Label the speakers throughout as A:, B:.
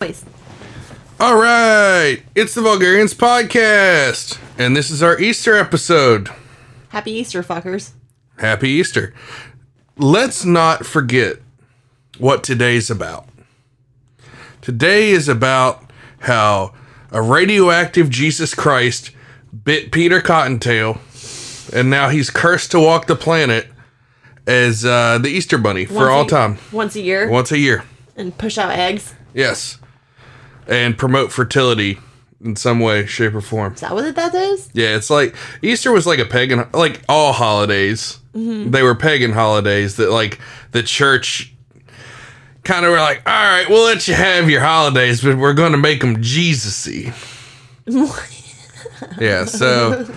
A: Please.
B: All right, it's the Vulgarians podcast, and this is our Easter episode.
A: Happy Easter, fuckers.
B: Happy Easter. Let's not forget what today's about. Today is about how a radioactive Jesus Christ bit Peter Cottontail, and now he's cursed to walk the planet as uh, the Easter Bunny for all
A: a,
B: time,
A: Once a year.
B: once a year.
A: And push out eggs.
B: Yes. And promote fertility in some way, shape, or form.
A: Is that what that is?
B: Yeah, it's like Easter was like a pagan, like all holidays. They were pagan holidays that like the church kind of were like, all right, we'll let you have your holidays, but we're going to make them Jesus-y. yeah, so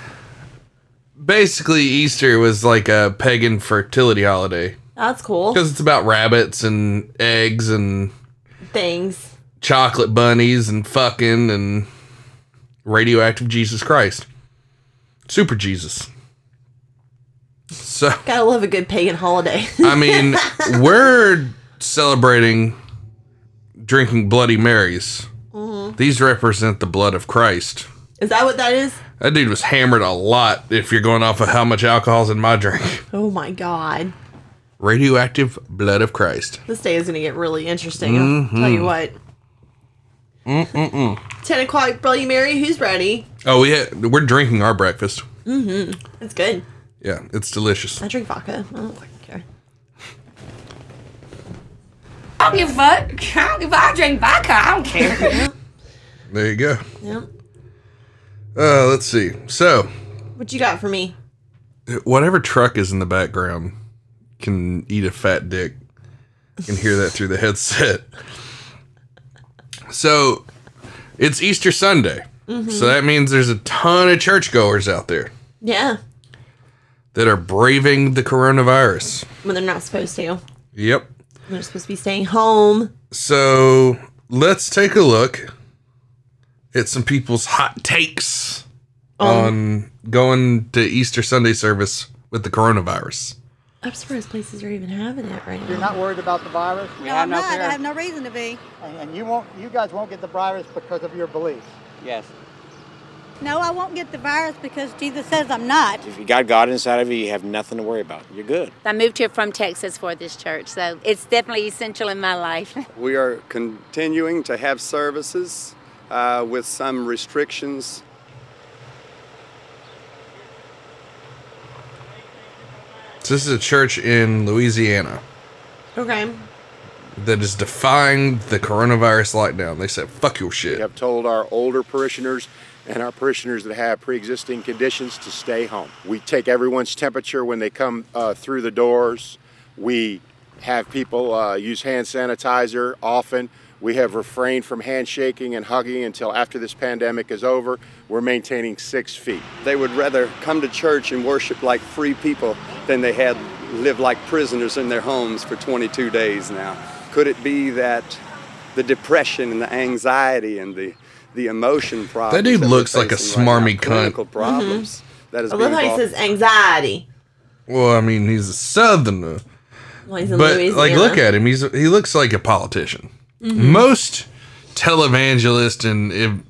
B: basically Easter was like a pagan fertility holiday
A: That's cool.
B: because it's about rabbits and eggs and
A: Things.
B: chocolate bunnies and fucking and radioactive Jesus Christ. Super Jesus. So,
A: Gotta love a good pagan holiday.
B: I mean, we're celebrating drinking Bloody Marys. These represent the blood of Christ.
A: is that what that is?
B: That dude was hammered a lot if you're going off of how much alcohol's in my drink.
A: Oh my god.
B: Radioactive blood of Christ.
A: This day is gonna get really interesting. I'll tell
B: Mm-hmm.
A: you what. 10 o'clock, Bloody Mary. Who's ready?
B: Oh, we had, we're drinking our breakfast.
A: It's good.
B: Yeah, it's delicious.
A: I drink vodka. I don't fucking care.
C: I don't give a fuck. I don't give a I drink vodka. I don't care.
B: There you go.
A: Yep.
B: Uh, let's see. So,
A: What you got for me?
B: whatever truck is in the background can eat a fat dick. You can hear that through the headset. So it's Easter Sunday. So that means there's a ton of churchgoers out there
A: Yeah.
B: that are braving the coronavirus.
A: When they're not supposed to.
B: Yep.
A: They're supposed to be staying home.
B: So let's take a look at some people's hot takes on going to Easter Sunday service with the coronavirus.
A: I'm surprised places are even having it right now.
D: You're not worried about the virus? We
E: No, I'm not. I have no reason to be.
D: And, and you won't, you guys won't get the virus because of your beliefs.
F: Yes.
E: No, I won't get the virus because Jesus says I'm not.
F: If you got God inside of you, you have nothing to worry about. You're good.
G: I moved here from Texas for this church, so it's definitely essential in my life.
H: We are continuing to have services uh, with some restrictions.
B: So this is a church in Louisiana.
A: Okay.
B: that is defying the coronavirus lockdown. They said, fuck your shit.
H: We have told our older parishioners and our parishioners that have pre-existing conditions to stay home. We take everyone's temperature when they come uh, through the doors. We have people uh, use hand sanitizer often. We have refrained from handshaking and hugging until after this pandemic is over. We're maintaining six feet.
I: They would rather come to church and worship like free people than they had lived like prisoners in their homes for 22 days now. Could it be that the depression and the anxiety and the, the emotion problems?
B: dude
I: we're
B: looks like a
I: facing right now,
B: smarmy cunt. Mm-hmm.
I: Clinical problems. That is
A: I love
I: being
A: how he
I: brought-
A: says anxiety.
B: Well, I mean, he's a southerner,
A: Well, he's in
B: but
A: Louisiana. Mm-hmm.
B: like, look at him. He's he looks like a politician. Most televangelists and ev-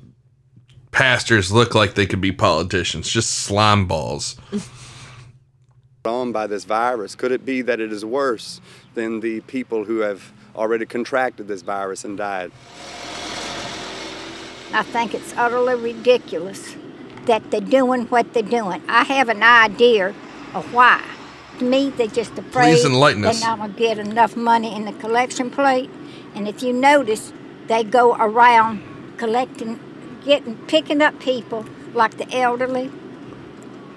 B: pastors look like they could be politicians, just slime balls.
I: on by this virus? Could it be that it is worse than the people who have already contracted this virus and died?
J: I think it's utterly ridiculous that they're doing what they're doing. I have an idea of why. To me, they're just afraid
B: Please enlighten
J: they're
B: us.
J: not going to get enough money in the collection plate. And if you notice, they go around collecting, getting, picking up people like the elderly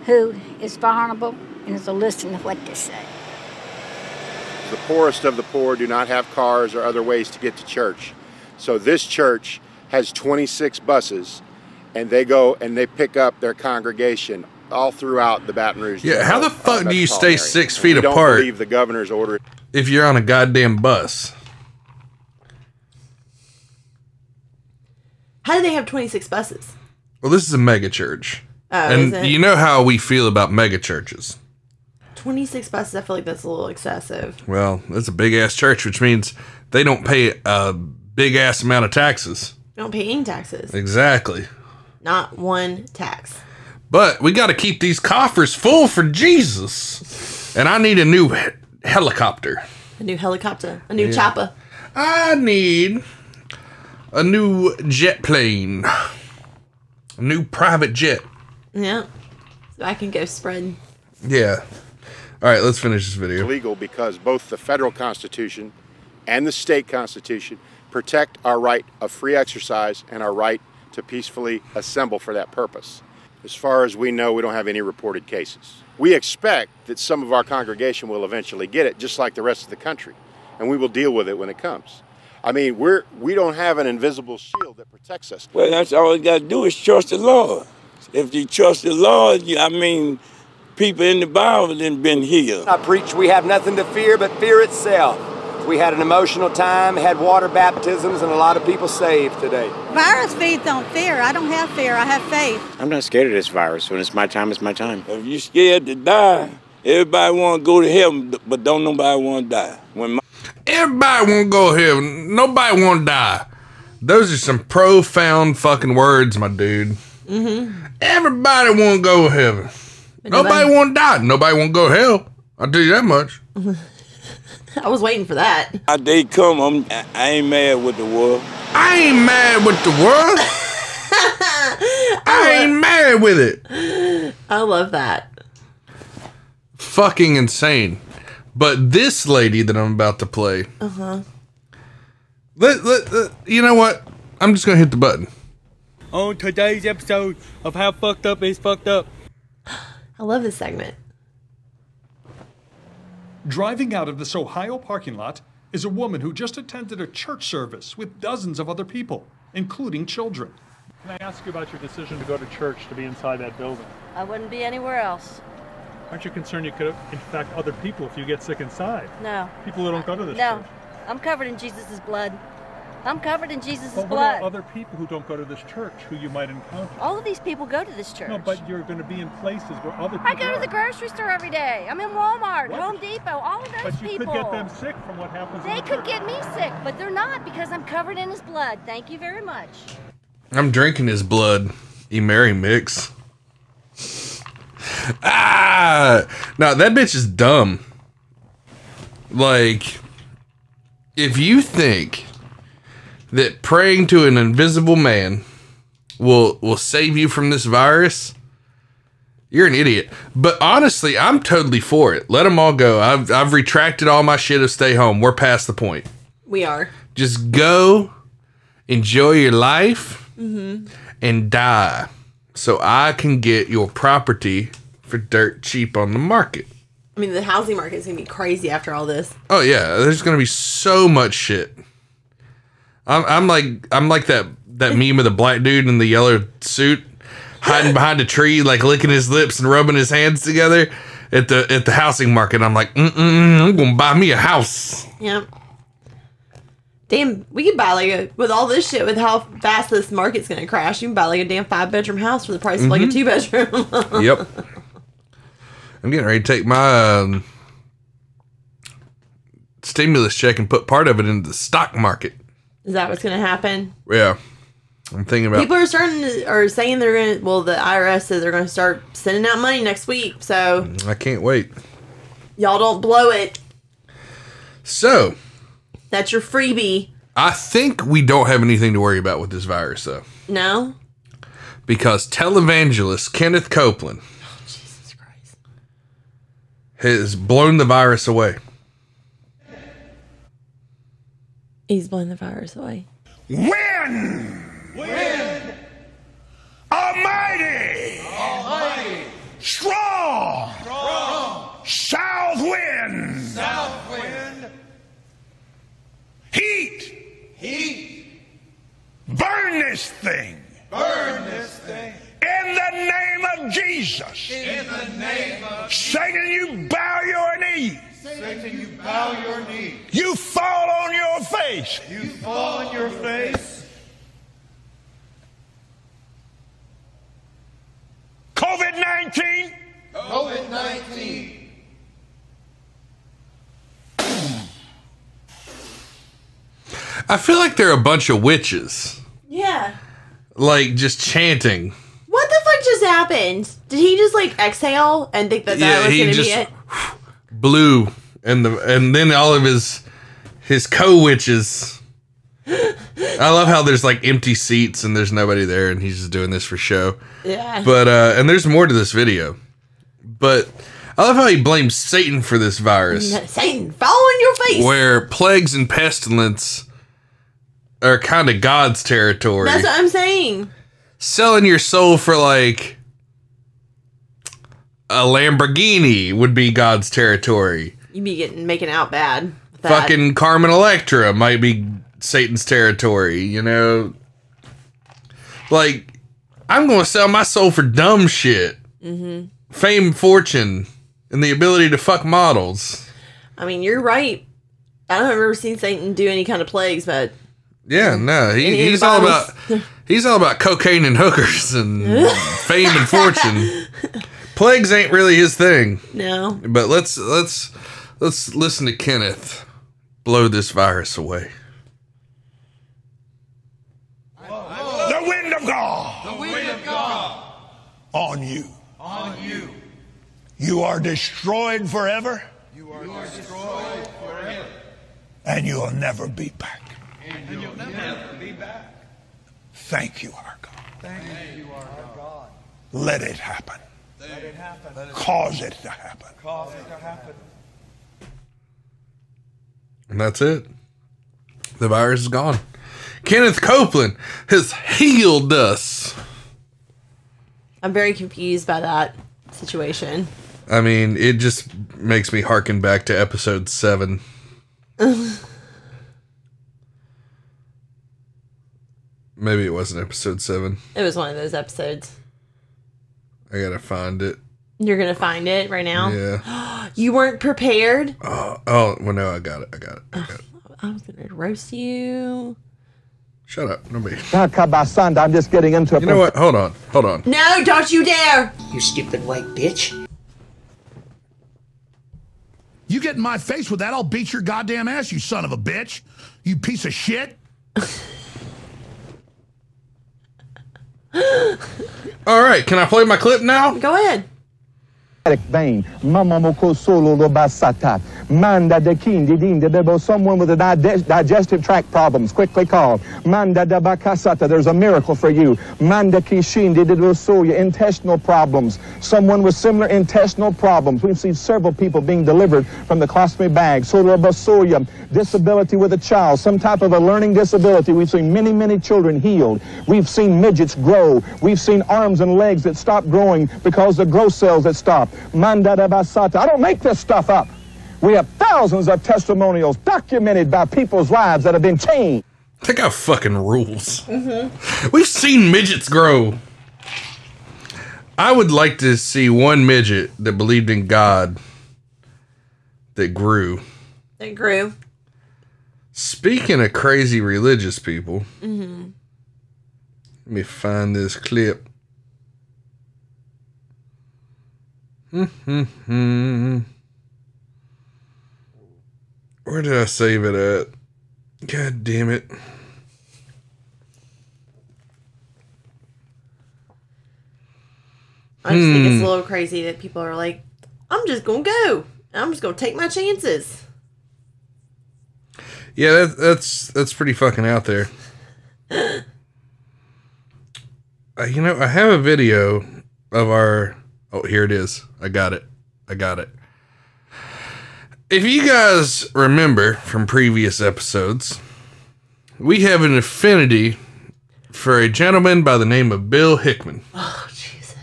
J: who is vulnerable and is listening to what they say.
H: The poorest of the poor do not have cars or other ways to get to church. So this church has 26 buses, and they go and they pick up their congregation all throughout the Baton Rouge.
B: Yeah, how the
H: uh,
B: fuck do you
H: metropolitan
B: stay
H: area.
B: six feet
H: we
B: apart?
H: Don't believe the governor's order.
B: If you're on a goddamn bus,
A: How do they have 26 buses?
B: well, this is a mega church,
A: Oh, is
B: and
A: it?
B: you know how we feel about mega churches.
A: 26 buses, I feel like that's a little excessive.
B: Well, that's a big ass church, which means they don't pay a big ass amount of taxes.
A: We don't pay any taxes.
B: Exactly.
A: Not one tax.
B: But we got to keep these coffers full for Jesus. And I need a new he- helicopter.
A: A new helicopter. A new chopper.
B: I need a new jet plane. A new private jet.
A: Yeah. So I can go spread.
B: Yeah. All right, let's finish this video.
H: legal because both the federal constitution and the state constitution protect our right of free exercise and our right to peacefully assemble for that purpose. As far as we know, we don't have any reported cases. We expect that some of our congregation will eventually get it, just like the rest of the country, and we will deal with it when it comes. I mean, we're we don't have an invisible shield that protects us.
K: Well, that's all you got to do is trust the Lord. If you trust the Lord, you, I mean, people in the Bible done been healed.
I: I preach we have nothing to fear but fear itself. We had an emotional time, had water baptisms, and a lot of people saved today.
E: Virus feeds on fear. I don't have fear. I have faith.
F: I'm not scared of this virus. When it's my time, it's my time.
K: If you scared to die, everybody want to go to heaven, but don't nobody want to die. When my
B: Everybody won't go here. Nobody won't die. Those are some profound fucking words, my dude. Mm-hmm. Everybody won't go to heaven. Nobody
A: nobody-
B: won't die. Nobody won't go to hell. I'll tell you that much.
A: I was waiting for that.
K: day come, I'm, I- I ain't mad with the world.
B: I ain't mad with the world. I ain't mad with it.
A: I love that.
B: Fucking insane. But this lady that I'm about to play. Uh huh.
A: Uh-huh.
B: Let, let, let- you know what? I'm just gonna hit the button.
L: On today's episode of How Fucked Up Is Fucked Up,
A: I love this segment.
L: driving out of this Ohio parking lot is a woman who just attended a church service with dozens of other people, including children. Can I ask you about your decision to go to church to be inside that building?
E: I wouldn't be anywhere else.
L: Aren't you concerned you could infect other people if you get sick inside?
E: No.
L: People who don't go to this
E: No.
L: church.
E: I'm covered in Jesus' blood. I'm covered in Jesus'
L: But what about
E: blood.
L: other people who don't go to this church who you might encounter?
E: All of these people go to this church.
L: No, but you're going to be in places where other people
E: I go to
L: are.
E: the grocery store every day. I'm in Walmart,
L: What?
E: Home Depot, all of those
L: But you
E: people.
L: could get them sick from what happens in
E: They
L: the
E: could
L: church.
E: get me sick, but they're not because I'm covered in his blood. Thank you very much.
B: I'm drinking his blood. E Mary mix. Ah, now that bitch is dumb. Like, if you think that praying to an invisible man will will save you from this virus, you're an idiot. But honestly, I'm totally for it. Let them all go. I've I've retracted all my shit of stay home. We're past the point
A: We are.
B: just go enjoy your life and die so i can get your property for dirt cheap on the market
A: I mean, the housing market's gonna be crazy after all this.
B: oh yeah there's gonna be so much shit i'm, I'm like i'm like that that meme of the black dude in the yellow suit hiding behind a tree like licking his lips and rubbing his hands together at the at the housing market i'm like Mm-mm, i'm gonna buy me a house
A: Yeah. Damn, we could buy like a with all this shit with how fast this market's gonna crash. You can buy like a damn five bedroom house for the price of like
B: Mm-hmm.
A: a two bedroom.
B: yep. I'm getting ready to take my um, stimulus check and put part of it into the stock market.
A: Is that what's gonna happen?
B: Yeah. I'm thinking about
A: People are starting to, are saying they're gonna. Well, the IRS says they're gonna start sending out money next week, so
B: I can't wait.
A: y'all don't blow it.
B: So,
A: That's your freebie.
B: I think we don't have anything to worry about with this virus though.
A: No.
B: Because televangelist Kenneth Copeland
A: Oh, Jesus Christ.
B: has blown the virus away.
A: He's blowing the virus away.
K: When, when Almighty, Almighty, strong, South wind, South wind, heat, heat, burn this thing, burn this thing. In the name of Jesus. In the name of Satan, you bow your knee. Satan, you bow your knee. You fall on your face. You fall on your face. COVID 19. COVID 19.
B: I feel like they're a bunch of witches,
A: Yeah.
B: like just chanting.
A: What the fuck just happened? Did he just like exhale and think that
B: Yeah,
A: that was
B: he
A: gonna
B: just-
A: be it?
B: Blue and the and then all of his his co witches. I love how there's like empty seats and there's nobody there and he's just doing this for show.
A: Yeah.
B: But uh and there's more to this video. But I love how he blames Satan for this virus.
A: Satan, fall in your face.
B: Where plagues and pestilence are kind of God's territory.
A: That's what I'm saying.
B: Selling your soul for like a Lamborghini would be God's territory.
A: You be getting making out bad. with that.
B: Fucking Carmen Electra might be Satan's territory, you know? Like, I'm going to sell my soul for dumb shit.
A: Mhm.
B: Fame, fortune, and the ability to fuck models.
A: I mean, you're right. I don't remember seeing Satan do any kind of plagues, but
B: Yeah, no,
A: Any
B: he,
A: of the
B: he's all
A: Bibles?
B: about he's all about cocaine and hookers and fame and fortune. Plagues ain't really his thing.
A: no.
B: But let's let's let's listen to Kenneth blow this virus away.
K: The wind of God. The wind of God. On you. On you. You are destroyed forever. You are destroyed forever. And you'll never be back. And you'll, never, be back. Thank you, our God. Thank you, our God. Let it happen. Let it happen. Cause it to happen. Cause it to happen.
B: And that's it. The virus is gone. Kenneth Copeland has healed us.
A: I'm very confused by that situation.
B: I mean, it just makes me harken back to episode seven. Maybe it wasn't episode seven.
A: It was one of those episodes.
B: I gotta find it.
A: You're gonna find it right now.
B: Yeah.
A: you weren't prepared.
B: Oh, oh, well, no, I got it. I got it. I got it.
A: I was gonna roast you.
B: Shut up. Nobody.
M: Now, Cabasanda, I'm just getting into a.
B: You know what? Hold on. Hold on.
A: No, don't you dare!
M: You stupid white bitch.
K: You get in my face with that, I'll beat your goddamn ass, you son of a bitch. You piece of shit.
B: All right. Can I play my clip now?
A: Go ahead.
M: Vein, mamma moco solo lo bassata, manda de kindi dinde bebo, someone with a di- digestive tract problems, quickly call, manda da bacasata, there's a miracle for you, manda kishindi de soya, intestinal problems, someone with similar intestinal problems, we've seen several people being delivered from the colostomy bag, solo basoya, disability with a child, some type of a learning disability, we've seen many, many children healed, we've seen midgets grow, we've seen arms and legs that stop growing because the growth cells that stop. Mandada basata. I don't make this stuff up. We have thousands of testimonials documented by people's lives that have been changed.
B: That guy fucking rules.
A: Mm-hmm.
B: We've seen midgets grow. I would like to see one midget that believed in God that grew.
A: That grew.
B: Speaking of crazy religious people,
A: Mm-hmm.
B: let me find this clip. Mhm. Where did I save it at? God damn it.
A: I just think it's
B: Hmm.
A: a little crazy that people are like, I'm just gonna go. I'm just gonna take my chances.
B: Yeah, that, that's that's pretty fucking out there. Uh, you know, I have a video of our. Oh, here it is. I got it. I got it. If you guys remember from previous episodes, we have an affinity for a gentleman by the name of Bill Hickman.
A: Oh Jesus!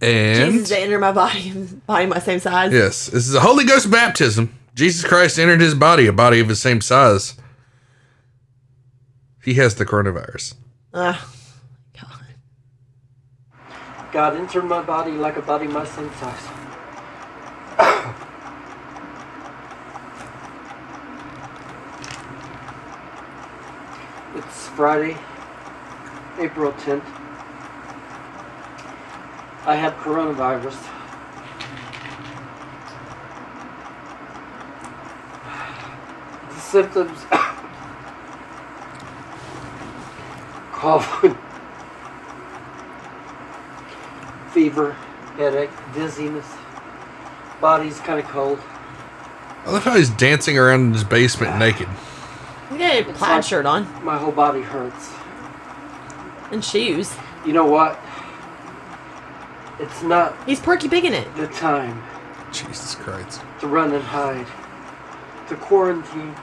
B: And
A: Jesus to enter my body, body my same size.
B: Yes, this is a Holy Ghost baptism. Jesus Christ entered his body, a body of the same size. He has the coronavirus.
A: Ah,
N: God entered my body like a body my same size. it's Friday, April 10th. I have coronavirus. The symptoms cough, fever, headache, dizziness. Body's kind of cold.
B: I love how he's dancing around in his basement naked.
A: You got a plaid shirt on
N: My whole body hurts.
A: and shoes.
N: You know what? It's not
A: He's Porky Pig in it.
N: the time
B: Jesus Christ.
N: to run and hide, to quarantine.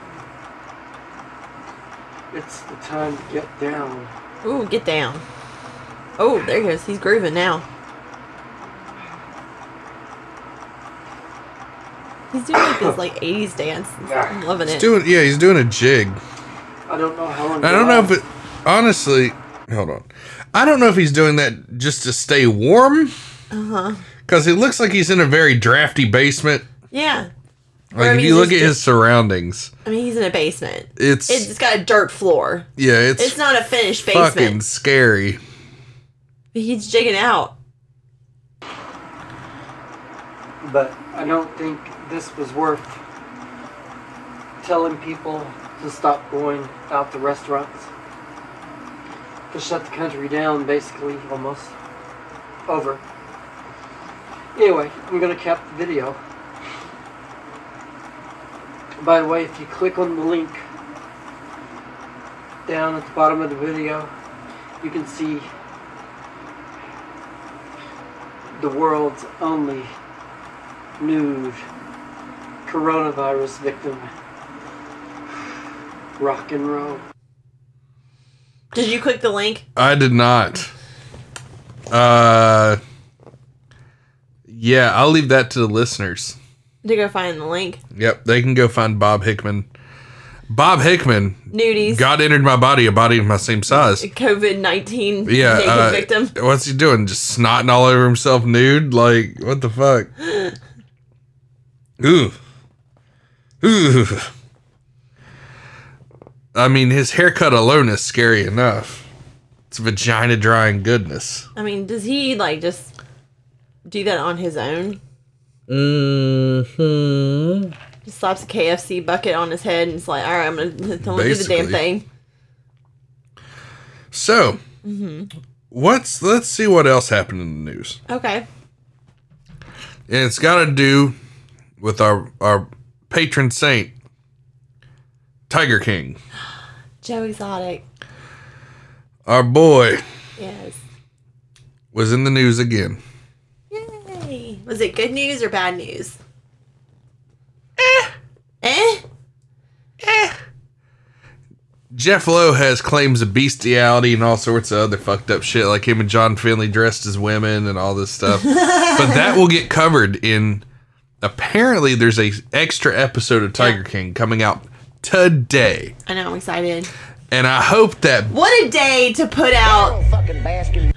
N: It's the time to get down.
A: Ooh, get down. Oh, there he goes. He's grooving now. He's doing like this like 80s dance. I'm loving
B: He's
A: it. Oh,
B: doing, yeah, he's doing a jig.
N: I don't know how long.
B: I don't know if it, honestly, hold on. I don't know if he's doing that just to stay warm,
A: Uh huh.
B: because it looks like he's in a very drafty basement.
A: Yeah. Or, I
B: Like, if
A: mean,
B: you look at
A: he's
B: his surroundings,
A: I mean, he's in a basement.
B: It's-
A: it's got a dirt floor.
B: yeah,
A: It's,
B: it's,
A: not a finished basement.
B: fucking scary.
A: He's jigging out.
N: But I don't think this was worth telling people to stop going out to restaurants. To shut the country down, basically, almost. Over. Anyway, I'm gonna cap the video. By the way, if you click on the link down at the bottom of the video, you can see the world's only nude coronavirus victim. Rock and roll.
A: Did you click the link?
B: I did not. Uh, yeah, I'll leave that to the listeners.
A: To go find the link.
B: Yep, they can go find Bob Hickman. Bob Hickman.
A: Nudies.
B: God entered my body, a body of my same size.
A: COVID 19
B: Yeah.
A: naked
B: uh,
A: victim.
B: What's he doing? Just snotting all over himself nude? Like, what the fuck? Ooh. Ooh. I mean, his haircut alone is scary enough. It's vagina drying goodness.
A: I mean, does he like just do that on his own?
B: Mm-hmm.
A: Just slaps a KFC bucket on his head and it's like, all right, I'm gonna tell him to do the damn
B: Basically.
A: thing.
B: So,
A: hmm
B: what's let's see what else happened in the news.
A: Okay.
B: And it's got to do with our our patron saint, Tiger King,
A: Joe Exotic.
B: our boy,
A: Yes.
B: was in the news again.
A: Yay. Was it good news or bad news? Eh. Eh?
B: Jeff Lowe has claims of bestiality and all sorts of other fucked up shit, like him and John Finley dressed as women and all this stuff. but that will get covered in. Apparently, there's a extra episode of Tiger King coming out today,
A: I know, I'm excited.
B: and I hope that
A: What a day to put out.
O: fucking Baskin.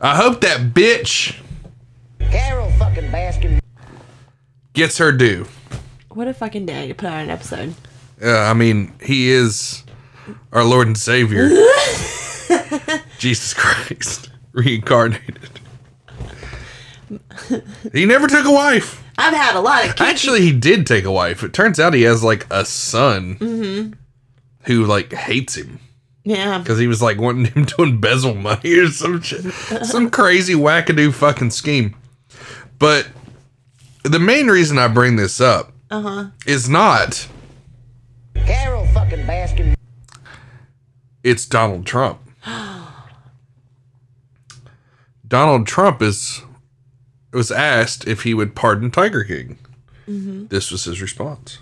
B: I hope that bitch
O: Carol fucking Baskin.
B: gets her due.
A: What a fucking day to put out an episode.
B: Uh, I mean, he is our Lord and Savior, Jesus Christ, reincarnated. he never took a wife.
A: I've had a lot of.
B: Actually, he did take a wife. It turns out he has like a son
A: Mm hmm.
B: who like hates him
A: Yeah.
B: because he was like wanting him to embezzle money or some shit, some crazy wackadoo fucking scheme. But the main reason I bring this up
A: Uh huh.
B: is not
O: Uh-huh. Carol fucking Baskin.
B: it's Donald Trump.
O: Mm-hmm.
B: Donald Trump is was asked if he would pardon Tiger King. This was his response.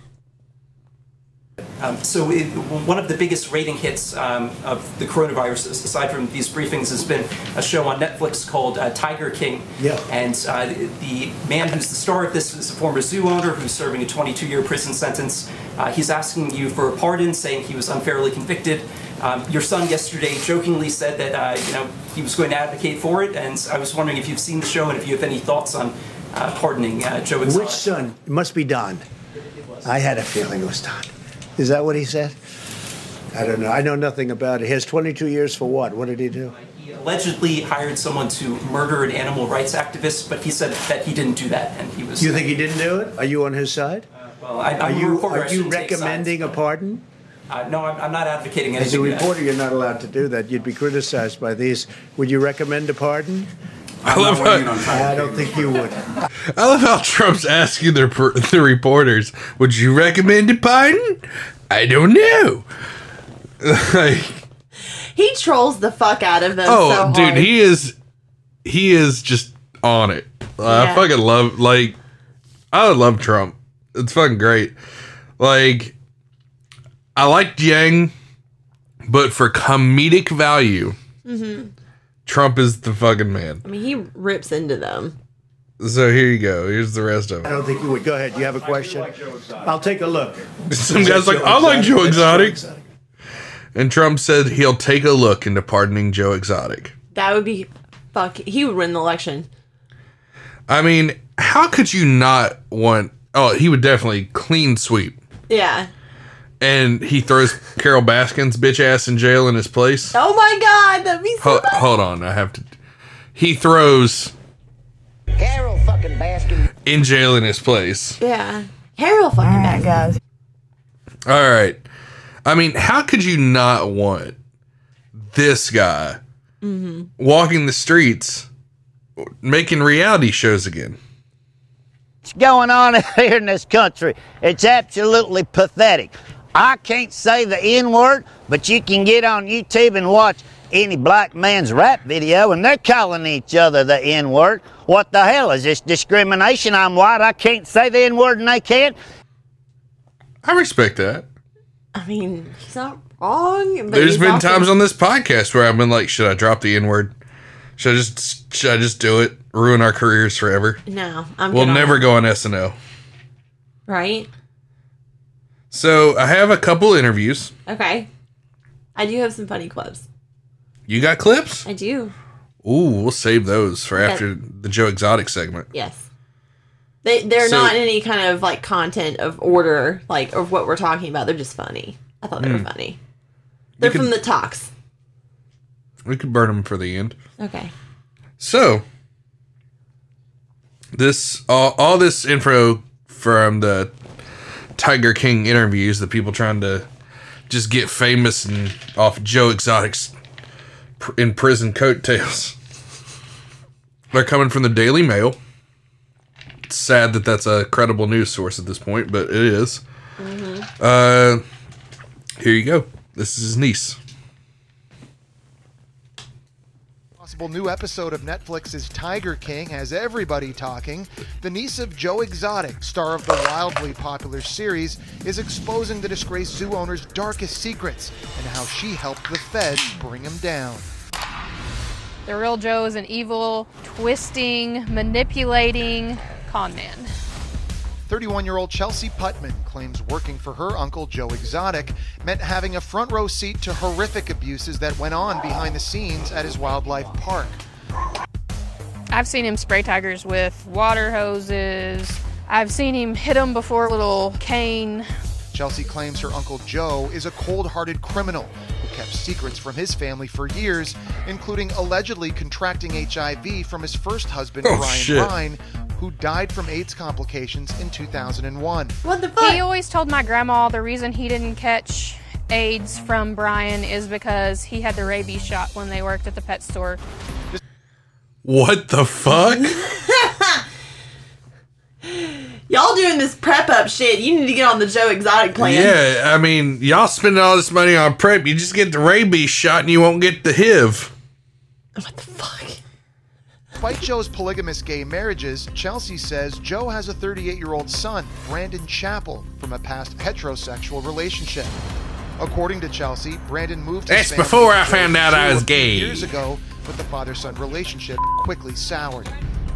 P: Um, so it, one of the biggest rating hits um, of the coronavirus, aside from these briefings, has been a show on Netflix called uh, Tiger King.
Q: Yeah.
P: And uh, the man who's the star of this is a former zoo owner who's serving a 22-year prison sentence. Uh, he's asking you for a pardon, saying he was unfairly convicted. Um, your son yesterday jokingly said that uh, you know he was going to advocate for it, and I was wondering if you've seen the show and if you have any thoughts on uh, pardoning uh, Joe Exotic.
Q: Which son? It must be Don. I had a feeling it was Don. Is that what he said? I don't know. I know nothing about it. He has 22 years for what? What did he do?
P: allegedly hired someone to murder an animal rights activist, but he said that he didn't do that, and he was. Uh,
Q: You think he didn't do it? Are you on his side?
P: Well, I,
Q: are
P: I'm a
Q: you
P: reporter, I
Q: are you
P: shouldn't take sides.
Q: recommending a pardon?
P: Uh, Uh, no, I'm, I'm not advocating anything. uh,
Q: As a
P: to that.
Q: reporter, you're not allowed to do that. You'd be criticized by these. Would you recommend a pardon?
B: I love how
Q: I don't think you would.
B: I love how Trump's asking their per- the reporters, "Would you recommend a pardon?" I don't know. like,
A: He trolls the fuck out of them.
B: oh,
A: so
B: dude,
A: hard.
B: he is he is just on it. I
A: Yeah.
B: fucking love like I love Trump. It's fucking great. Like I liked Yang, but for comedic value,
A: Mhm.
B: Trump is the fucking man.
A: I mean, he rips into them.
B: So here you go. Here's the rest of
Q: I
B: it.
Q: don't think you would. Go ahead. You have a question? I'll take a look.
B: Some
Q: Is
B: guy's
Q: that
B: like, I like Joe
Q: That's
B: Exotic. And Trump said he'll take a look into pardoning Joe Exotic.
A: That would be fuck. He would win the election.
B: I mean, how could you not want? Oh, he would definitely clean sweep.
A: Yeah.
B: And he throws Carol Baskin's bitch ass in jail in his place.
A: Oh my god, that'd be so.
B: Ho- hold on, I have to. He throws
O: Carol fucking Baskin.
B: in jail in his place.
A: Yeah. Carol fucking back. guys.
B: All right. I mean, how could you not want this guy
A: Mm-hmm.
B: walking the streets, making reality shows again?
O: What's going on here in this country? It's absolutely pathetic. I can't say the N word, but you can get on YouTube and watch any black man's rap video, and they're calling each other the N word. What the hell is this discrimination? I'm white, I can't say the N word, and they can't.
B: I respect that.
A: I mean, he's not wrong. But
B: There's
A: he's
B: been
A: also-
B: times on this podcast where I've been like, should I drop the N word? Should I just should I just do it? Ruin our careers forever.
A: No, I'm.
B: we'll
A: good on
B: never
A: that.
B: go on SNL.
A: Right.
B: So I have a couple interviews.
A: Okay. I do have some funny clubs.
B: You got clips?
A: I do.
B: Ooh, we'll save those for
A: Okay.
B: after the Joe Exotic segment.
A: Yes. They they're
B: So-
A: not in any kind of like content of order like of what we're talking about. They're just funny. I thought they were
B: Mm.
A: funny. They're
B: can-
A: from the talks.
B: We could burn them for the end.
A: Okay.
B: So this all, all this info from the Tiger King interviews, the people trying to just get famous and off Joe Exotic's pr- in prison coattails. They're coming from the Daily Mail. It's sad that that's a credible news source at this point, but it is. Uh, here you go. This is his niece.
R: Possible new episode of Netflix's Tiger King has everybody talking. The niece of Joe Exotic, star of the wildly popular series, is exposing the disgraced zoo owner's darkest secrets and how she helped the feds bring him down.
S: The real Joe is an evil, twisting, manipulating con man.
R: 31 year old Chelsea Putman claims working for her uncle Joe Exotic meant having a front row seat to horrific abuses that went on behind the scenes at his wildlife park.
S: I've seen him spray tigers with water hoses. I've seen him hit them before with a little cane.
R: Chelsea claims her uncle Joe is a cold hearted criminal who kept secrets from his family for years, including allegedly contracting HIV from his first husband,
B: Oh,
R: Brian
B: shit.
R: Ryan, who died from AIDS complications in 2001.
S: What the fuck? He always told my grandma the reason he didn't catch AIDS from Brian is because he had the rabies shot when they worked at the pet store.
B: What the fuck?
A: Y'all doing this prep up shit. You need to get on the Joe Exotic plan.
B: Yeah, I mean, y'all spending all this money on prep. You just get the rabies shot and you won't get the HIV.
R: Despite Joe's polygamous gay marriages, Chelsea says Joe has a 38 year old son, Brandon Chappell, from a past heterosexual relationship. According to Chelsea, Brandon moved. his
B: That's
R: family
B: before
R: to
B: I found out I
R: Joe's
B: was
R: zoo a few
B: gay.
R: Years ago, but the father son relationship quickly soured.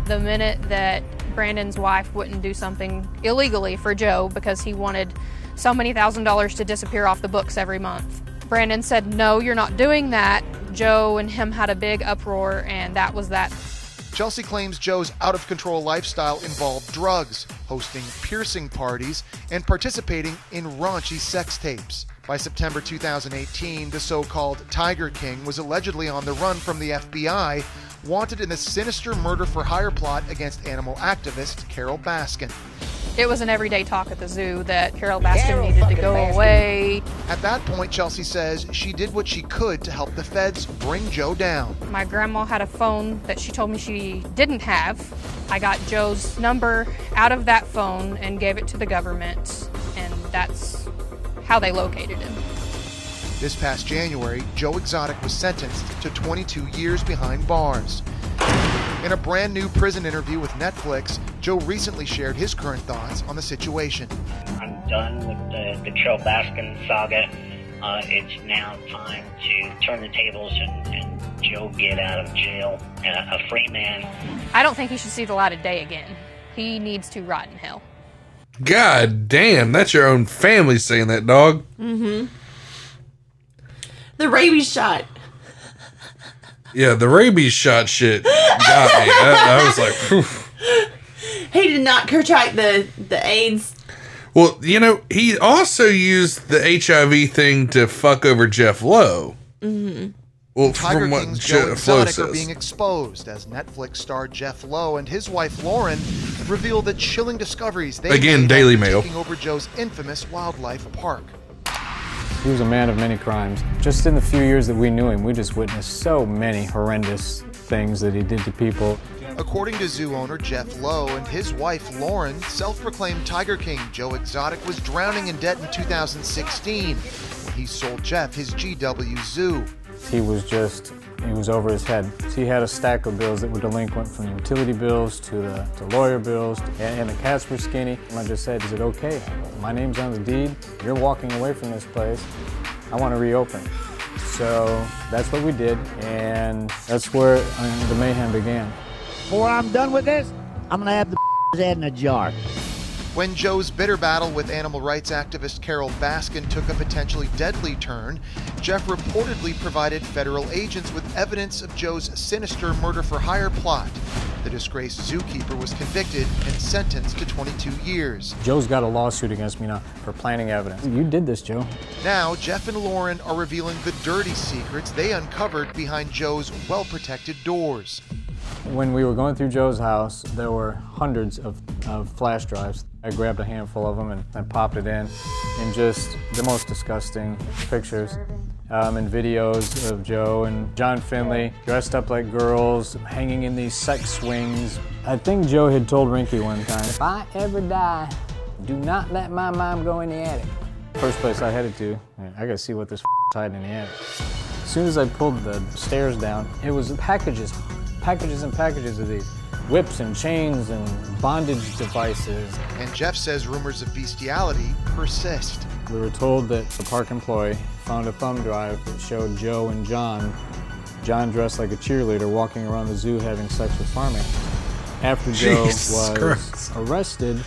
S: The minute that Brandon's wife wouldn't do something illegally for Joe because he wanted so many thousand dollars to disappear off the books every month, Brandon said, No, you're not doing that. Joe and him had a big uproar, and that was that.
R: Chelsea claims Joe's out of control lifestyle involved drugs, hosting piercing parties, and participating in raunchy sex tapes. By September 2018, the so called Tiger King was allegedly on the run from the FBI, wanted in the sinister murder for hire plot against animal activist Carol Baskin.
S: It was an everyday talk at the zoo that Carol Baskin needed to go away.
R: At that point, Chelsea says she did what she could to help the feds bring Joe down.
S: My grandma had a phone that she told me she didn't have. I got Joe's number out of that phone and gave it to the government, and that's how they located him.
R: This past January, Joe Exotic was sentenced to 22 years behind bars. In a brand new prison interview with Netflix, Joe recently shared his current thoughts on the situation.
T: I'm done with the, the Carol Baskin saga. Uh, it's now time to turn the tables and, and Joe get out of jail uh, a free man.
S: I don't think he should see the light of day again. He needs to rot in hell.
B: God damn, that's your own family saying that, dog.
A: Mm-hmm. The rabies shot.
B: Yeah, the rabies shot shit got me. I, I was like, phew.
A: He did not contract the the AIDS.
B: well, you know, he also used the HIV thing to fuck over Jeff Lowe.
A: Mm-hmm.
B: Well,
R: Tiger
B: from what
R: King's Joe
B: Jeff Lowe
R: Exotic are being
B: says.
R: exposed as Netflix star Jeff Lowe and his wife Lauren reveal the chilling discoveries they
B: Again,
R: made
B: Daily
R: after
B: Mail.
R: taking over Joe's infamous wildlife park.
U: He was a man of many crimes. Just in the few years that we knew him, we just witnessed so many horrendous things that he did to people.
R: According to zoo owner Jeff Lowe and his wife Lauren, self proclaimed Tiger King Joe Exotic was drowning in debt in 2016 when he sold Jeff his GW Zoo.
U: He was just, he was over his head. He had a stack of bills that were delinquent from utility bills to the to lawyer bills, and, and the cats were skinny. And I just said, Is it okay? My name's on the deed. You're walking away from this place. I want to reopen. So that's what we did, and that's where uh, the mayhem began.
R: Before I'm done with this, I'm gonna have the head in a jar. When Joe's bitter battle with animal rights activist Carol Baskin took a potentially deadly turn, Jeff reportedly provided federal agents with evidence of Joe's sinister murder for hire plot. The disgraced zookeeper was convicted and sentenced to 22 years.
U: Joe's got a lawsuit against me now for planting evidence. You did this, Joe.
R: Now, Jeff and Lauren are revealing the dirty secrets they uncovered behind Joe's well protected doors.
U: When we were going through Joe's house, there were hundreds of, of flash drives. I grabbed a handful of them and I popped it in, and just the most disgusting pictures um, and videos of Joe and John Finley dressed up like girls, hanging in these sex swings. I think Joe had told Rinky one time, if I ever die, do not let my mom go in the attic. First place I headed to, man, I gotta see what this hiding in the attic. As soon as I pulled the stairs down, it was packages, packages and packages of these whips and chains and bondage devices.
R: And Jeff says rumors of bestiality persist.
U: We were told that the park employee found a thumb drive that showed Joe and John, John dressed like a cheerleader, walking around the zoo having sex with farming. After Joe
B: Jesus
U: was
B: Christ.
U: arrested,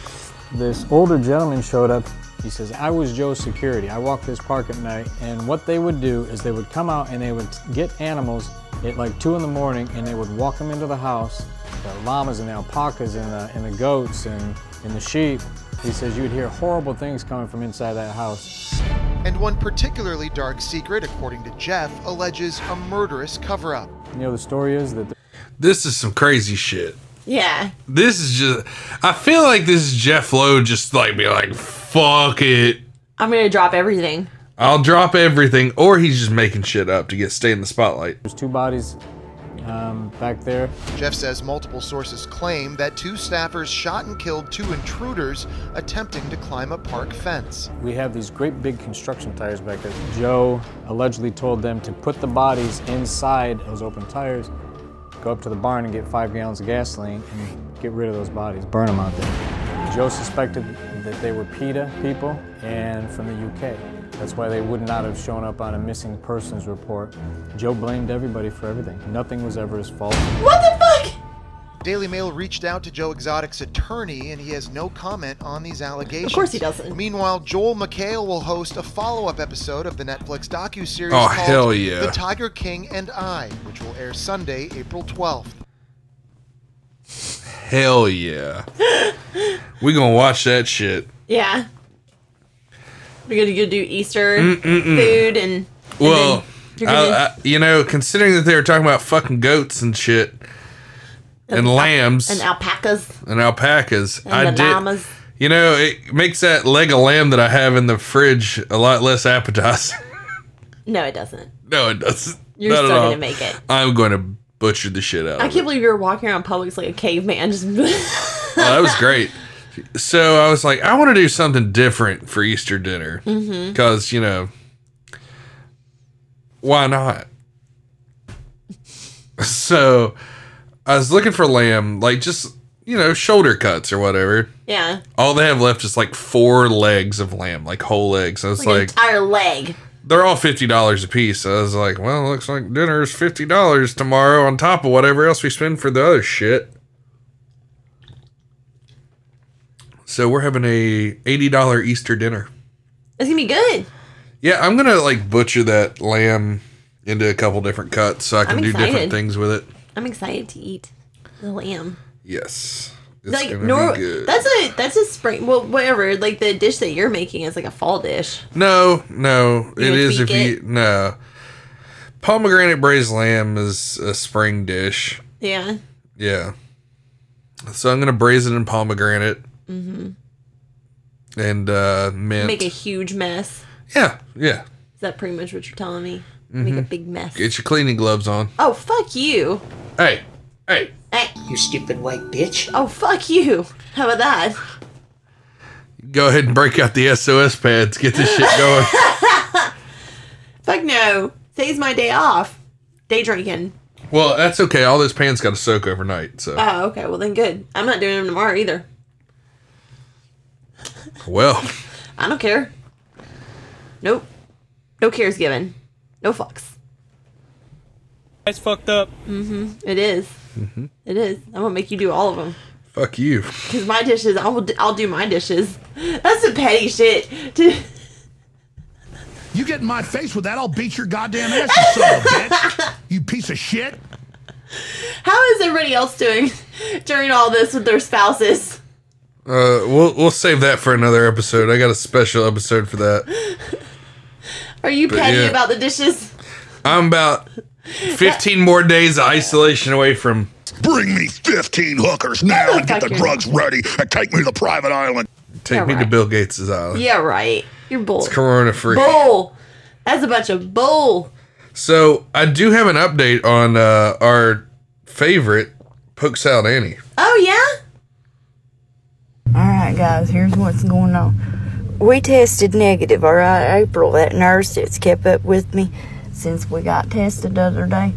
U: this older gentleman showed up. He says, I was Joe's security. I walked this park at night, and what they would do is they would come out and they would get animals at like 2 in the morning and they would walk them into the house the llamas and the alpacas and the, and the goats and, and the sheep. He says, You would hear horrible things coming from inside that house.
R: And one particularly dark secret, according to Jeff, alleges a murderous cover up.
U: You know, the story is that
B: This is some crazy shit.
A: Yeah.
B: This is just. I feel like this is Jeff Lowe just like be like, fuck it.
A: I'm gonna drop everything.
B: I'll drop everything, or he's just making shit up to get stay in the spotlight.
U: There's two bodies um, back there.
R: Jeff says multiple sources claim that two staffers shot and killed two intruders attempting to climb a park fence.
U: we have these great big construction tires back there. Joe allegedly told them to put the bodies inside those open tires, go up to the barn and get five gallons of gasoline and get rid of those bodies, burn them out there. Joe suspected that they were PETA people and from the UK. That's why they would not have shown up on a missing persons report. Joe blamed everybody for everything. Nothing was ever his fault.
R: Daily Mail reached out to Joe Exotic's attorney, and he has no comment on these allegations.
A: Of course he doesn't.
R: Meanwhile, Joel McHale will host a follow-up episode of the Netflix docuseries
B: Oh,
R: called
B: hell yeah.
R: The Tiger King and I, which will air Sunday, April 12th.
B: Hell yeah. we gonna watch that shit.
A: Yeah. We're gonna go do Easter
B: Mm-mm-mm.
A: food and
B: Well,
A: you're
B: I,
A: gonna-
B: I, you know, considering that they were talking about fucking goats and shit, and lambs,
A: and alpacas
B: and alpacas,
A: and
B: I
A: the
B: did.
A: llamas.
B: You know, it makes that leg of lamb that I have in the fridge a lot less appetizing.
A: No, it doesn't.
B: no, it doesn't.
A: You're
B: Not at
A: still
B: all.
A: gonna make it.
B: I'm going to butcher the shit out
A: I
B: of it.
A: can't believe you're walking around Publix like a caveman. Just
B: Oh, that was great. So I was like, I want to do something different for Easter dinner.
A: Mhm.
B: Because, you know, why not? So I was looking for lamb, like just, you know, shoulder cuts or whatever.
A: yeah,
B: All they have left is like four legs of lamb, like whole legs. I was
A: like,
B: like,
A: an entire leg.
B: they're all fifty dollars a piece. I was like, well, looks like dinner's fifty dollars tomorrow on top of whatever else we spend for the other shit. So we're having a eighty dollar Easter dinner.
A: It's gonna be good.
B: Yeah, I'm gonna like butcher that lamb into a couple different cuts so I can
A: I'm
B: do different
A: excited.
B: things with it.
A: I'm excited to eat the lamb.
B: Yes, it's
A: Like
B: gonna
A: nor
B: be good.
A: that's a that's a spring well whatever like the dish that you're making is like a fall dish.
B: No, no,
A: You
B: it
A: would
B: is if
A: tweak
B: you no. Pomegranate braised lamb is a spring dish.
A: Yeah.
B: Yeah. So I'm gonna braise it in pomegranate
A: Mm-hmm.
B: and uh, mint.
A: Make a huge mess.
B: yeah, yeah.
A: Is that pretty much what you're telling me? Make a
B: Mhm.
A: big mess.
B: Get your cleaning gloves on.
A: Oh fuck you.
B: Hey, hey.
A: Hey.
T: You stupid white bitch.
A: Oh fuck you. How about that?
B: Go ahead and break out the SOS pads. Get this shit going.
A: Fuck no. Today's my day off. Day drinking.
B: well, that's okay. All those pans got to soak overnight. So
A: Oh, okay. Well then good. I'm not doing them tomorrow either.
B: well,
A: I don't care. Nope. No cares given. No fucks.
C: That's fucked up.
A: Mm-hmm. It is.
B: Mhm.
A: It is. I'm gonna make you do all of them.
B: fuck you.
A: Cause my dishes, I will. I'll do my dishes. That's some petty shit. To,
K: You get in my face with that, I'll beat your goddamn ass, you son of a bitch. You piece of shit.
A: how is everybody else doing during all this with their spouses?
B: Uh, we'll we'll save that for another episode. I got a special episode for that.
A: Are you
B: But
A: petty
B: yeah.
A: about the dishes?
B: I'm about 15 more days of isolation away from.
K: Bring me 15 hookers now and get the drugs ready and take me to the private island.
B: Take me to
A: Alright.
B: Bill Gates' island.
A: Yeah, right. You're bull.
B: It's corona free.
A: Bull. That's a bunch of bull.
B: So I do have an update on uh, our favorite Poke Salad Annie.
A: Oh
V: yeah. All right, guys. Here's what's going on. We tested negative. All right, April, that nurse that's kept up with me since we got tested the other day.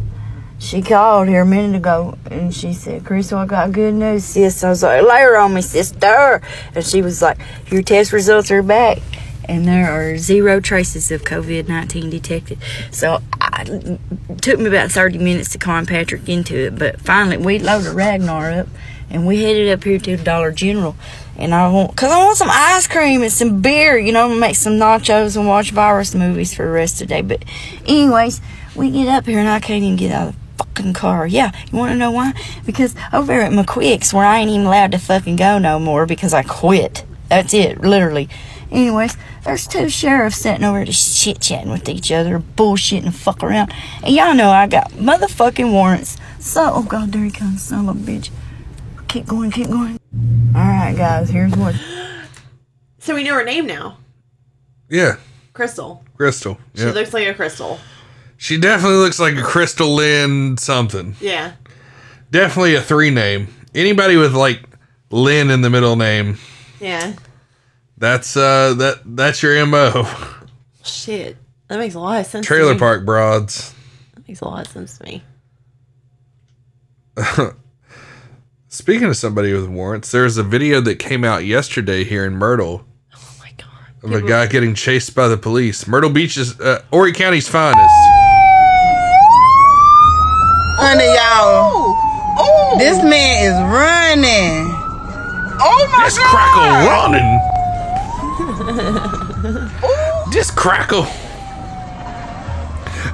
V: She called here a minute ago and she said, Crystal, I got good news, sis. I was like, layer on me, sister. And she was like, Your test results are back. And there are zero traces of COVID 19 detected. So I, took me about 30 minutes to con Patrick into it, but finally we loaded Ragnar up and we headed up here to Dollar General. And I want, cause I want some ice cream and some beer, you know, make some nachos and watch virus movies for the rest of the day. But, anyways, we get up here and I can't even get out of the fucking car. Yeah, you want to know why? Because over there at McQuick's, where I ain't even allowed to fucking go no more because I quit. That's it, literally. Anyways, there's two sheriffs sitting over there just shit chatting with each other, bullshitting and fuck around. And y'all know I got motherfucking warrants. So, oh god, there he comes, son of a bitch. Keep going, keep going. Alright, guys, here's what.
A: yeah. So we know her name now.
B: Yeah,
A: Crystal.
B: Crystal.
A: She
B: Yeah.
A: looks like a crystal.
B: she definitely looks like a Crystal Lynn something.
A: Yeah.
B: Definitely a three name. Anybody with like Lynn in the middle name,
A: Yeah.
B: that's uh that that's your MO.
A: Shit. That makes a lot of sense. to
B: Trailer
A: me.
B: Park Broads.
A: That makes a lot of sense to me.
B: Speaking of somebody with warrants, there's a video that came out yesterday here in Myrtle. Oh my god! Of a guy getting chased by the police. Myrtle Beach is uh, Horry County's finest.
W: Honey, y'all. This man is running. Oh my
B: This
W: god.
B: crackle running. This crackle.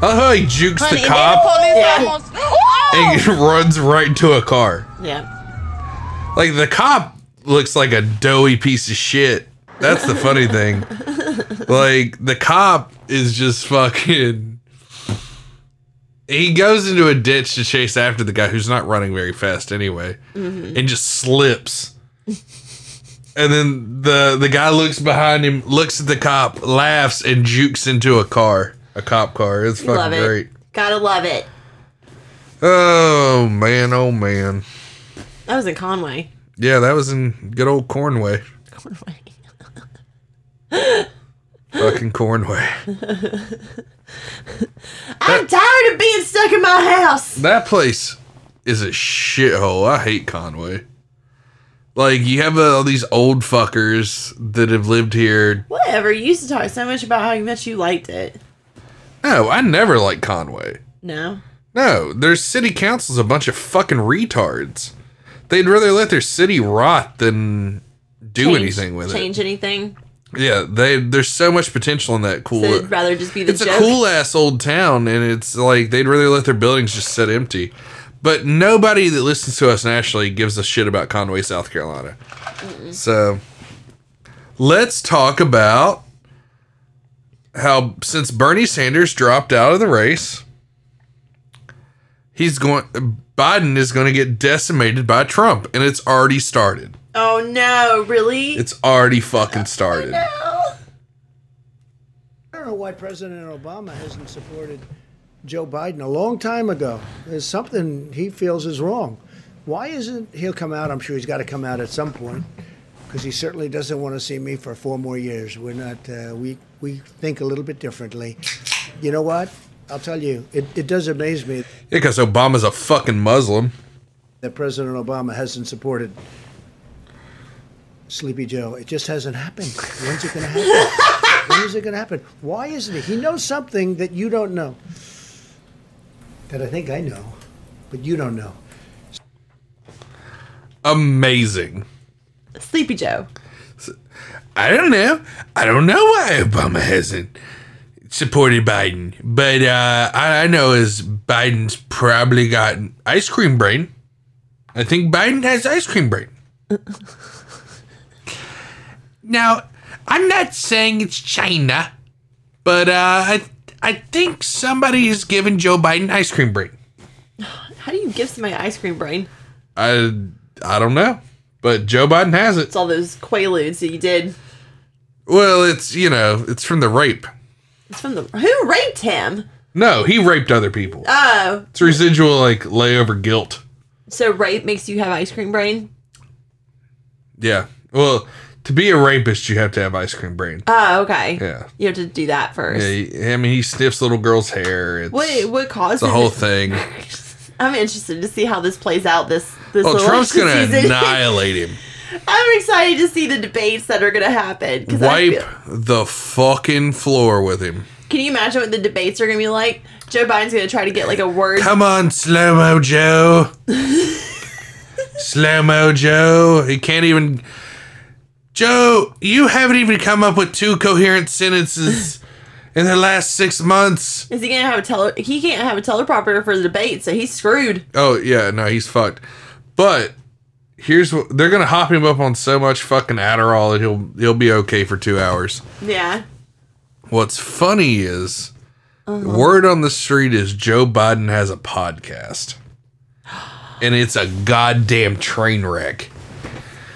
B: I love how he jukes the cop
W: police
B: and runs right to a car.
A: Yeah.
B: Like the cop looks like a doughy piece of shit. That's the funny thing. Like the cop is just fucking. He goes into a ditch to chase
A: Mm-hmm.
B: after the guy who's not running very fast anyway,
A: Mhm.
B: and just slips. And then the the guy looks behind him, looks at the cop, laughs, and jukes into a car, a cop car. It's fucking
A: love it.
B: great.
A: Gotta love it.
B: Oh man, oh man.
A: That was in Conway.
B: Yeah, that was in good old Cornway. Fucking Cornway.
A: I'm tired of being stuck in my house.
B: That place is a shithole. I hate Conway. Like you have uh, all these old fuckers that have lived here.
A: Whatever. You used to talk so much about how much you liked it.
B: No, I never liked Conway.
A: No.
B: No, their city council's a bunch of fucking retards. They'd rather let their city rot than do
A: Change-
B: anything with
A: Change anything.
B: it. Yeah, they there's so much potential in that cool.
A: So it'd rather just be the
B: it's
A: joke.
B: a cool ass old town, and it's like they'd rather let their buildings just sit empty. But nobody that listens to us nationally gives a shit about Conway, South Carolina. So let's talk about how since Bernie Sanders dropped out of the race, he's going Biden is going to get decimated by Trump, and it's already started.
A: Oh no! Really?
B: It's already fucking started.
Q: I don't know why President Obama hasn't supported Joe Biden a long time ago. There's something he feels is wrong. Why isn't he'll come out? I'm sure he's got to come out at some point because he certainly doesn't want to see me for four more years. We're not. Uh, we we think a little bit differently. You know what? I'll tell you. It, it does amaze me
B: Yeah, because Obama's a fucking Muslim.
Q: that President Obama hasn't supported Sleepy Joe. It just hasn't happened. When's it going to happen? when is it going to happen? Why isn't it? He knows something that you don't know. That I think I know, but you don't know.
B: Amazing.
A: Sleepy Joe.
B: I don't know. I don't know why Obama hasn't supported Biden, but uh, I, I know is Biden's probably got ice cream brain. I think Biden has ice cream brain. now, I'm not saying it's China, but uh, I I think somebody has given Joe Biden ice cream brain.
A: How do you give somebody ice cream brain?
B: I I don't know, but Joe Biden has it.
A: It's all those quaaludes that you did.
B: Well, it's you know it's from the rape.
A: It's from the who raped him.
B: No, he raped other people.
A: Oh,
B: It's residual like layover guilt.
A: so rape makes you have ice cream brain.
B: Yeah. Well, to be a rapist, you have to have ice cream brain.
A: Oh, okay.
B: Yeah.
A: You have to do that
B: Yeah.
A: first.
B: he- I mean, he sniffs little girls' hair. It's,
A: What what
B: it's
A: caused
B: the
A: it?
B: whole thing.
A: I'm interested to see how this plays out. This this
B: Well, Oh, Trump's
A: election
B: gonna
A: season.
B: annihilate him.
A: I'm excited to see the debates that are going to happen. 'cause I
B: Wipe
A: feel-
B: the fucking floor with him.
A: can you imagine what the debates are going to be like? Joe Biden's going to try to get like a word.
B: Come on, slow mo Joe. slow mo Joe. He can't even. Joe, you haven't even come up with two coherent sentences in the last six months.
A: Is he going to have a tele? He can't have a teleprompter for the debate, so he's screwed.
B: Oh yeah, no, he's fucked. But here's what they're gonna hop him up on so much fucking Adderall that he'll he'll be okay for two hours.
A: Yeah.
B: What's funny is
A: Uh-huh.
B: word on the street is Joe Biden has a podcast, and it's a goddamn train wreck.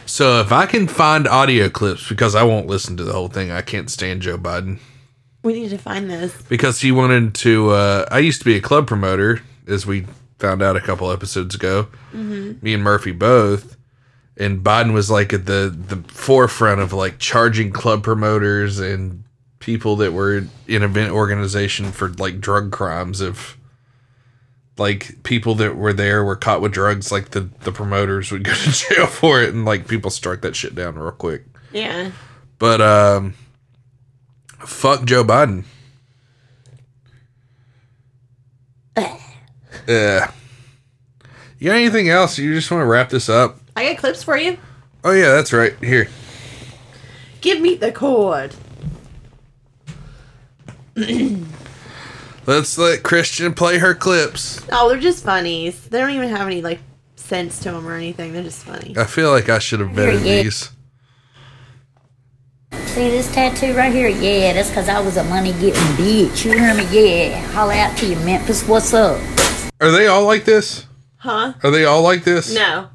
B: So if I can find audio clips, because I won't listen to the whole thing, I can't stand Joe Biden
A: We need to find this.
B: because he wanted to. Uh, I used to be a club promoter, as we found out a couple episodes ago
A: Mhm.
B: me and Murphy both. And Biden was like at the, the forefront of like charging club promoters and people that were in event organization for like drug crimes if like people that were there were caught with drugs, like the, the promoters would go to jail for it and like people struck that shit down real quick.
A: Yeah.
B: But um fuck Joe Biden. Yeah. You got anything else? You just want to wrap this up?
A: I got clips for you.
B: Oh yeah, that's right. Here.
A: Give me the cord.
B: Let's let Christian play her clips.
A: Oh, they're just funnies. They don't even have any like sense to them or anything. They're just funny.
B: I feel like I should have vetted
D: Yeah.
B: these.
D: See this tattoo right here? Yeah, that's because I was a money getting bitch. You hear me? Yeah. Holler out to you, Memphis. What's up?
B: Are they all like this?
A: Huh?
B: Are they all like this?
A: No.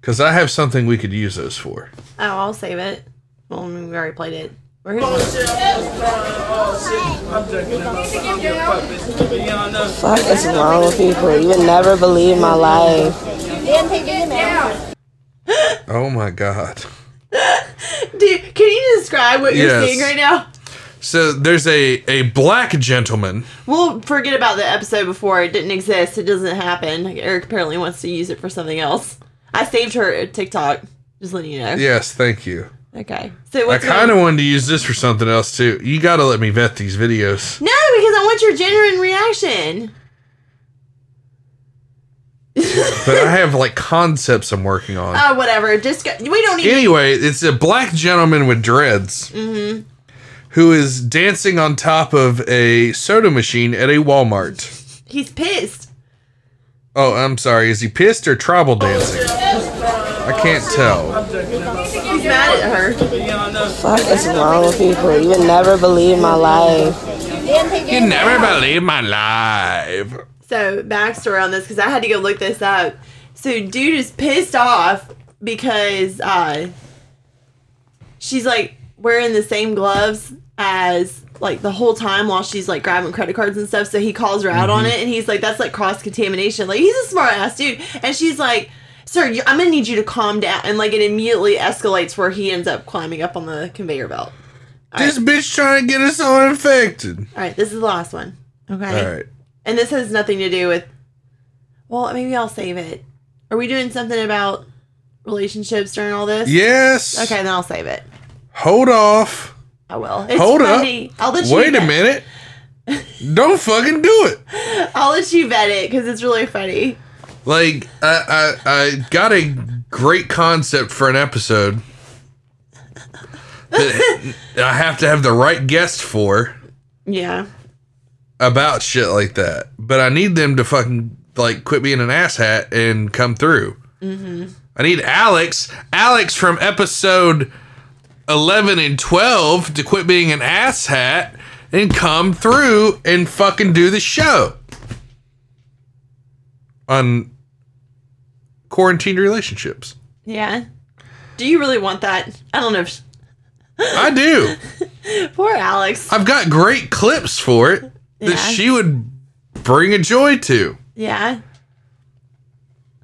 B: Because I have something we could use those for.
A: Oh, I'll save it. Well, we already played it. We're
G: Fuck is wrong with people? You would never believe my life.
B: Oh my God.
A: Dude, can you describe what you're
B: Yes.
A: seeing right now?
B: So there's a, a black gentleman.
A: We'll forget about the episode before. It didn't exist. It doesn't happen. Eric apparently wants to use it for something else. I saved her a TikTok. Just letting you know.
B: Yes, thank you.
A: Okay. So
B: I
A: what's
B: kind of
A: going-
B: wanted to use this for something else too. You got to let me vet these videos.
A: No, because I want your genuine reaction.
B: but I have like concepts I'm working on.
A: Oh, whatever. Just go- we don't even.
B: anyway, it's a black gentleman with dreads
A: Mm-hmm.
B: who is dancing on top of a soda machine at a Walmart.
A: He's pissed.
B: Oh, I'm sorry. Is he pissed or tribal dancing? I can't tell.
A: He's mad at her.
G: Fuck is wrong with people? You would never believe my life.
B: You never believe my life.
A: So backstory on this because I had to go look this up. So dude is pissed off because uh, she's like wearing the same gloves as like the whole time while she's like grabbing credit cards and stuff. So he calls her out on
H: Mhm.
A: it and he's like, "That's like cross contamination." Like he's a smart ass dude, and she's like. Sir, you, I'm gonna need you to calm down, and like it immediately escalates where he ends up climbing up on the conveyor belt.
B: This bitch trying to get us all infected.
A: All right, this is the last one. Okay.
B: All right.
A: And this has nothing to do with. Well, maybe I'll save it. Are we doing something about relationships during all this?
B: Yes.
A: Okay, then I'll save it.
B: Hold off.
A: I will. Oh, It's
B: Hold
A: funny.
B: up.
A: I'll let you
B: Wait a
A: vet-
B: minute. Don't fucking do it.
A: I'll let you vet it because it's really funny.
B: Like I, I I got a great concept for an episode that I have to have the right guest for
A: Yeah.
B: about shit like that. But I need them to fucking like quit being an asshat and come through.
A: Mm-hmm.
B: I need Alex, Alex from episode 11 and 12 to quit being an asshat and come through and fucking do the show on quarantine relationships.
A: Yeah. Do you really want that? I don't know. If
B: I do.
A: Poor Alex.
B: I've got great clips for it that
A: Yeah.
B: she would bring a joy to.
A: Yeah.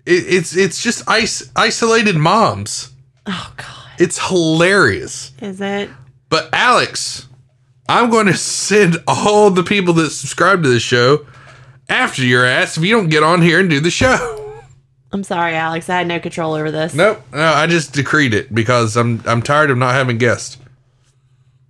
B: It, it's it's just ice, isolated moms. Oh god. It's hilarious.
A: Is it?
B: But Alex, I'm going to send all the people that subscribe to this show after your ass if you don't get on here and do the show.
A: I'm sorry, Alex. I had no control over this.
B: Nope. No, I just decreed it because I'm I'm tired of not having guests.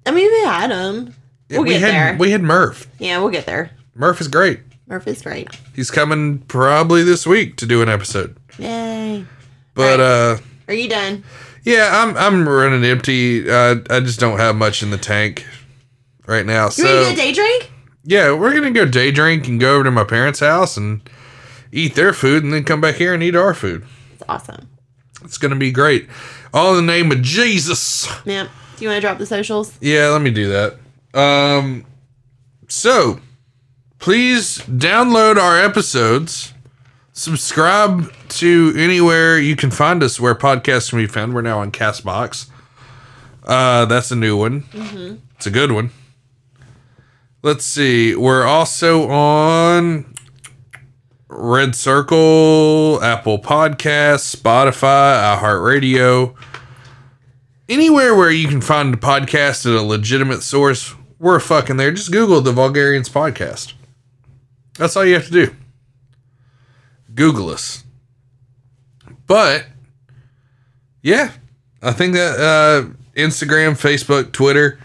A: I mean, we had him. We'll
B: we
A: get
B: had
A: there.
B: we had Murph.
A: yeah, we'll get there.
B: Murph is great.
A: Murph is great.
B: He's coming probably this week to do an episode.
A: Yay.
B: But uh
A: Are you done?
B: yeah, I'm I'm running empty. Uh, I just don't have much in the tank right now.
A: You
B: so
A: ready to get a day drink?
B: Yeah, we're gonna go day drink and go over to my parents' house and eat their food, and then come back here and eat our food.
A: It's awesome.
B: It's gonna be great. All in the name of Jesus.
A: Yeah. Do you want to drop the socials?
B: Yeah, let me do that. Um, so please download our episodes. Subscribe to anywhere you can find us where podcasts can be found. We're now on Castbox. Uh, that's a new one.
A: Mhm.
B: It's a good one. Let's see. We're also on Red Circle, Apple Podcasts, Spotify, iHeartRadio. Anywhere where you can find a podcast at a legitimate source, we're fucking there. Just Google the Vulgarians podcast. That's all you have to do. Google us. But yeah, I think that uh, Instagram, Facebook, Twitter.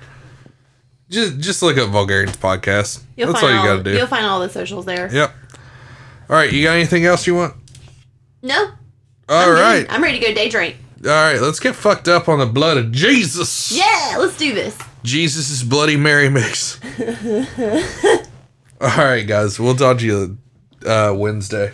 B: Just just look up Vulgarians podcast.
A: You'll
B: That's all
A: find
B: you
A: all,
B: gotta do.
A: You'll find all the socials there.
B: Yep. All right, you got anything else you want?
A: No.
B: All
A: I'm good.
B: right.
A: I'm ready to go day drink.
B: All right, let's get fucked up on the blood of Jesus.
A: Yeah, let's do this.
B: Jesus' Bloody Mary mix.
A: all
B: All right, guys, we'll talk to you uh, Wednesday.